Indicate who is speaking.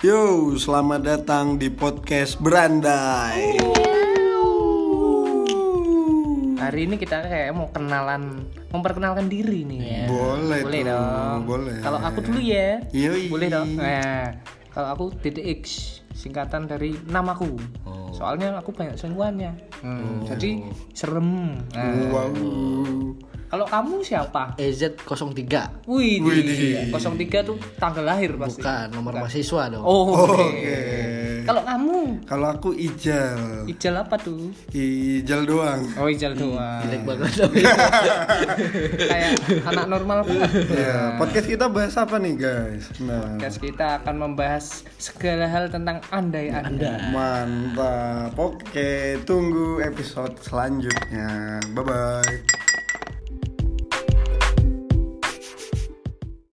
Speaker 1: Yo, selamat datang di podcast Berandai.
Speaker 2: Hari ini kita kayak mau kenalan, memperkenalkan diri nih ya.
Speaker 1: Boleh
Speaker 2: boleh
Speaker 1: dong,
Speaker 2: dong.
Speaker 1: boleh. Iya,
Speaker 2: Kalau aku dulu ya.
Speaker 1: Yoi.
Speaker 2: Boleh dong. Nah, kalau aku DDX singkatan dari namaku.
Speaker 1: Oh.
Speaker 2: Soalnya aku banyak selingkuhannya. Hmm, Jadi serem. Nah,
Speaker 1: Wow.
Speaker 2: kalau kamu siapa?
Speaker 3: E EZ03
Speaker 2: Wih,
Speaker 1: Widih.
Speaker 2: 03 tuh tanggal lahir pasti.
Speaker 3: bukan nomor mahasiswa dong
Speaker 2: Oh, oke.
Speaker 1: Oke.
Speaker 2: Kalau kamu
Speaker 1: Kalau aku Ijal,
Speaker 2: Ijal apa tuh?
Speaker 1: Ijal doang.
Speaker 2: Oh, Ijal
Speaker 1: Iya.
Speaker 2: doang.
Speaker 3: jelek banget tapi
Speaker 2: Kayak anak normal banget.
Speaker 1: Ya, podcast kita bahas apa nih guys? Nah,
Speaker 2: podcast kita akan membahas segala hal tentang andai anda.
Speaker 1: mantap. Oke, tunggu episode selanjutnya. Bye bye.